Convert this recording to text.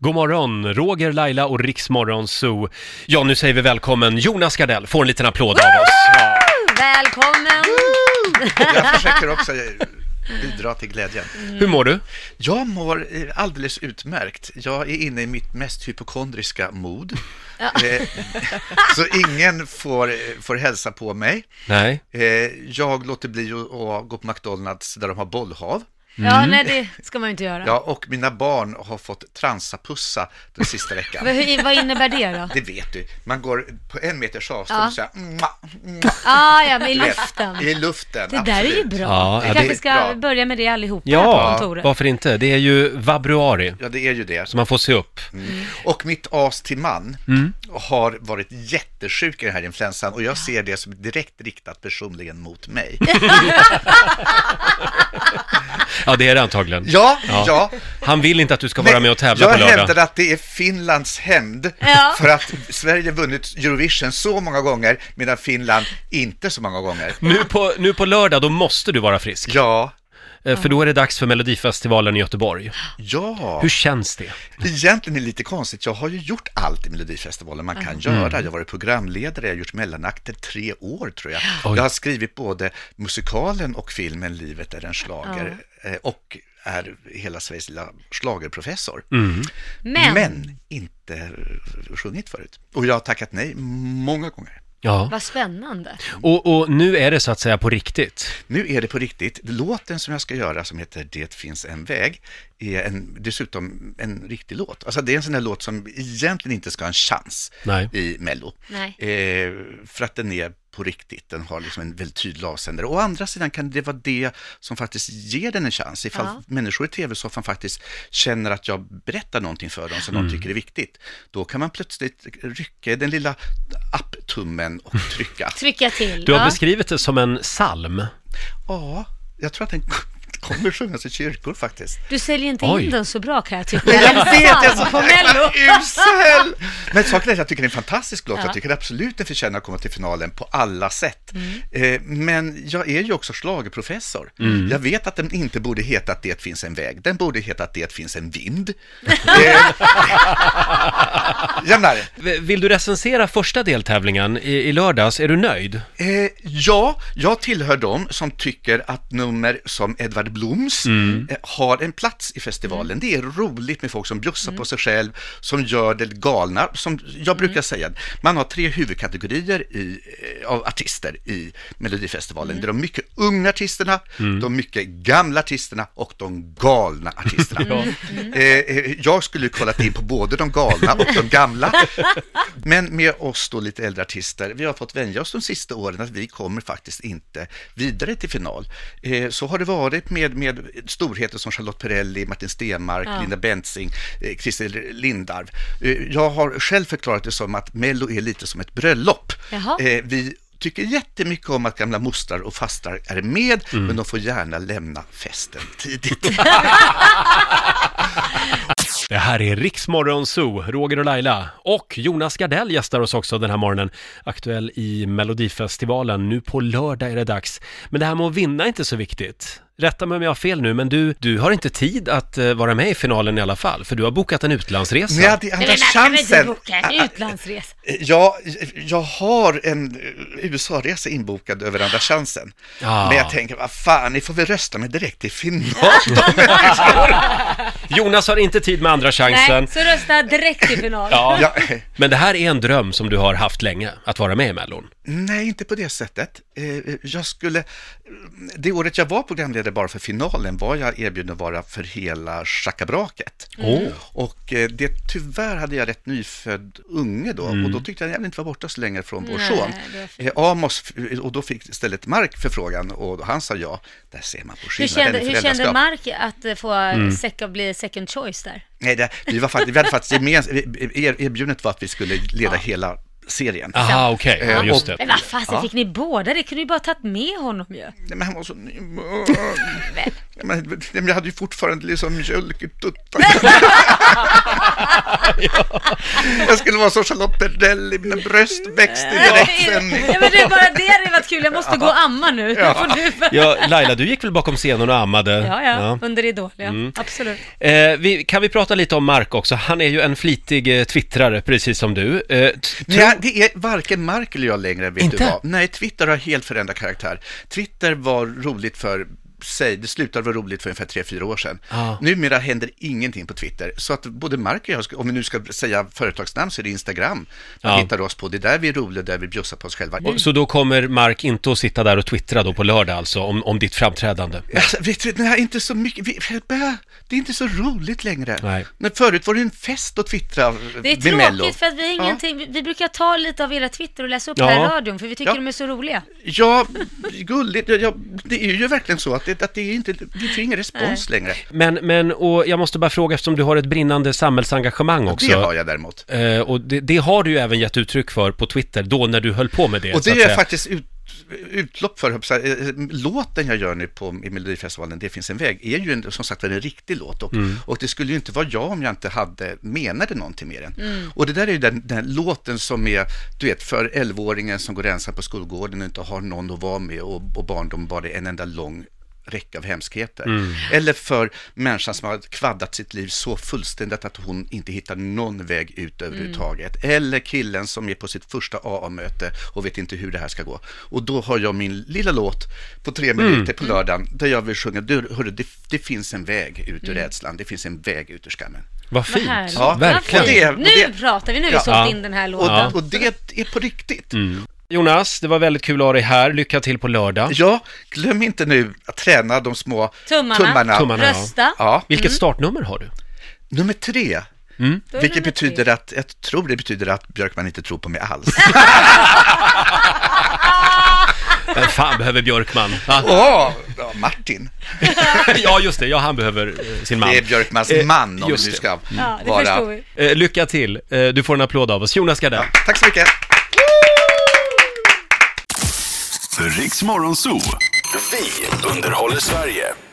God morgon, Roger, Laila och Riksmorgon Zoo. Ja, nu säger vi välkommen. Jonas Gardell får en liten applåd av oss. Ja. Välkommen! Jag försöker också bidra till glädjen. Mm. Hur mår du? Jag mår eh, alldeles utmärkt. Jag är inne i mitt mest hypokondriska mod. Eh, Så ingen får, eh, får hälsa på mig. Nej. Eh, Jag låter bli att att gå på McDonalds där de har bollhav. Ja, nej det ska man ju inte göra. Mm. Ja, och mina barn har fått transapussa den sista veckan. Vad- hur- vad innebär det då? Det vet du. Man går på en meters avstånd Ja. och säger "Mua, mua", Ah, ja, men i du vet, luften. I luften. Det där är ju absolut. bra. Ja, Vi ja, kanske det- ska bra. börja med det allihopa här på Ja, kontoret. varför inte? Det är ju vabruari, Ja, det är ju det. så man får se upp. Mm. Och mitt as till man Mm. har varit jättesjuk i den här influensan och jag ser det som direkt riktat personligen mot mig. Ja, det är det antagligen. Ja, ja. Han vill inte att du ska vara Nej, med och tävla på jag lördag. hävdar att det är Finlands hämnd Ja. för att Sverige vunnit Eurovision så många gånger medan Finland inte så många gånger. Nu på, nu på lördag, då måste du vara frisk. Ja, Eh, För då är det dags för Melodifestivalen i Göteborg. ja. Hur känns det? Egentligen är det lite konstigt. Jag har ju gjort allt i Melodifestivalen man kan göra. Jag har varit programledare, jag har gjort mellanakter tre år tror jag. Oj. Jag har skrivit både musikalen och filmen Livet är en schlager eh, och är hela Sveriges lilla schlagerprofessor. Mm. Men, Men inte eh, sjungit förut. Och jag har tackat nej många gånger. Ja. vad spännande. Och, och nu är det så att säga på riktigt. Nu är det på riktigt. Låten som jag ska göra som heter Det finns en väg är en, dessutom en riktig låt. Alltså det är en sån där låt som egentligen inte ska ha en chans Nej. i Mello. Nej. Eh, för att den är på riktigt, den har liksom en väldigt tydlig avsändare. Å andra sidan kan det vara det som faktiskt ger den en chans, ifall Ja. människor i tv-soffan faktiskt känner att jag berättar någonting för dem som de tycker är viktigt. Då kan man plötsligt rycka i den lilla apptummen och trycka. Trycka till. Du har ja. beskrivit det som en psalm. Ja, jag tror att den kommer sjungas i kyrkor faktiskt. du säljer inte Oj. in den så bra kan jag tycka. Jag vet, jag är så på Mello. jäkla usel! Men saken är att jag tycker det är en fantastisk låt. Ja. Jag tycker absolut den förtjänar att komma till finalen på alla sätt. Mm. Eh, Men jag är ju också schlagerprofessor. Jag vet att den inte borde heta att det finns en väg. Den borde heta att det finns en vind. Eh, Jämnare. V- Vill du recensera första deltävlingen i, i lördags? Är du nöjd? Eh, ja, jag tillhör dem som tycker att nummer som Edvard Bloms eh, har en plats i festivalen. Det är roligt med folk som bjussar på sig själv, som gör det galna. Som jag brukar säga, man har tre huvudkategorier i, eh, av artister i Melodifestivalen. Det är de mycket unga artisterna, de mycket gamla artisterna och de galna artisterna. Eh, eh, jag skulle ju kollat in på både de galna och de gamla. Men med oss då lite äldre artister, vi har fått vänja oss de sista åren att vi kommer faktiskt inte vidare till final. Eh, så har det varit med, med storheter som Charlotte Perrelli, Martin Stenmark, Linda Bengtzing, eh, Christer Lindarw. Eh, jag har själv förklarat det som att Mello är lite som ett bröllop. Jaha. Eh, vi tycker jättemycket om att gamla mostrar och fastrar är med, Mm. men de får gärna lämna festen tidigt. Alltså. Det här är Riksmorgon Zoo, Roger och Laila och Jonas Gardell gästar oss också den här morgonen. Aktuell i Melodifestivalen. Nu på lördag är det dags. Men det här med att vinna är inte så viktigt. Rätta mig om jag har fel nu, men du, du har inte tid att eh, vara med i finalen i alla fall, för du har bokat en utlandsresa. Men jag hade andra Nej, men vänta, men chansen. du bokar en utlandsresa. Jag, jag har en eh, USA-resa inbokad över Andra chansen. Ja. Men jag tänker, vad fan, ni får väl rösta mig direkt till final. Jonas har inte tid med andra chansen. Nej, så rösta direkt i final. Ja. Ja, eh, Men det här är en dröm som du har haft länge, att vara med i Mellon. nej, inte på det sättet. Eh, Jag skulle, det året jag var programledare bara för finalen var jag erbjuden att vara för hela schackabraket. Mm. Åh. Och eh, det, tyvärr hade jag rätt nyfödd unge då Mm. och då tyckte jag jag vill inte vara borta så länge från vår Nej, son. det var fint. Eh, Amos, f- och då fick istället Mark förfrågan och han sa ja. Där ser man på Hur skillnaden kände, i hur föräldraskap. Mm. kände Mark att eh, få sec- att bli second choice där? Nej, det, vi, var faktiskt, vi hade faktiskt gemensamt, er, erbjudet var att vi skulle leda hela serien. Aha, okej. Ja, Eh, just och- det. Men vad fasen Ja. fick ni båda? Det kunde ju bara tagit med honom ju. Nej, Men han var så nymörd. Men jag hade ju fortfarande liksom mjölk i tuttarna. Jag skulle vara som Charlotte Perrelli, mina bröst växte i direktsändning. Ja, men det är bara det hade varit kul. Jag måste gå och amma nu. Ja. Får du... Ja, Laila, du gick väl bakom scenen och ammade? ja, ja, under Idol, ja. Mm. Absolut. Eh, vi, kan vi prata lite om Mark också? Han är ju en flitig eh, twittrare, precis som du. Eh, t- tro- Nej, det är varken Mark eller jag längre, vet Inte? du vad. Nej, Twitter har helt förändrat karaktär. Twitter var roligt för sig, det slutade vara roligt för ungefär 3-4 år sedan. Ja. Numera händer ingenting på Twitter, så att både Mark och jag, ska- om vi nu ska säga företagsnamn, så är det Instagram man Ja. hittar oss på. Det är där vi är roliga, där vi bjussar på oss själva. Och- Så då kommer Mark inte att sitta där och twittra då på lördag alltså, om, om ditt framträdande? Alltså, vet du, det här är inte så mycket, vi, bä, det är inte så roligt längre. Nej. Men förut var det en fest att twittra Det är med Mello. tråkigt för att vi har Ja. ingenting, vi- vi brukar ta lite av era Twitter och läsa upp Ja. här i radion för vi tycker Ja. de är så roliga. Ja, gulligt. Ja, ja, det är ju verkligen så att det, att det är inte, vi får ingen respons längre. Men, men, och jag måste bara fråga eftersom du har ett brinnande samhällsengagemang också. Det har jag däremot. Eh, och det, det har du ju även gett uttryck för på Twitter, då när du höll på med det. Och så det att är säga. faktiskt ut, utlopp för, höll jag på att säga. Eh, låten jag gör nu på, i Melodifestivalen, Det finns en väg, är ju en, som sagt var en riktig låt. Och, Mm. och det skulle ju inte vara jag om jag inte hade menade någonting med den. Och det där är ju den, den här låten som är, du vet, för 11-åringen som går ensam på skolgården och inte har någon att vara med och, och barndom bara är en enda lång räcka av hemskheter. Eller för människan som har kvaddat sitt liv så fullständigt att hon inte hittar någon väg ut överhuvudtaget. Eller killen som är på sitt första AA-möte och vet inte hur det här ska gå. Och då har jag min lilla låt på tre minuter på lördagen där jag vill sjunga, du, hörru, det, det finns en väg ut ur rädslan, det finns en väg ut ur skammen. Vad Vad fint! härligt. Ja, verkligen. Vad fint. Och det- och Nu det- pratar vi, nu har vi Ja. sålt in den här Och, lådan. och det är på riktigt. Jonas, det var väldigt kul att ha dig här. Lycka till på lördag. Ja, glöm inte nu att träna de små Tummarna. Tummarna. ja. Rösta. Ja, Vilket Mm. startnummer har du? nummer tre. Då är det Vilket nummer tre. betyder att, jag tror det betyder att Björkman inte tror på mig alls. Vem fan behöver Björkman? Va? Åh, ja, Martin. ja, just det. Ja, han behöver eh, sin man. Det är Björkmans Eh, man om vi just nu det. ska Ja, det vara... förstår vi. Eh, lycka till. Eh, du får en applåd av oss. Jonas Gardell. Tack så mycket. Riks Morgonzoo. Vi underhåller Sverige.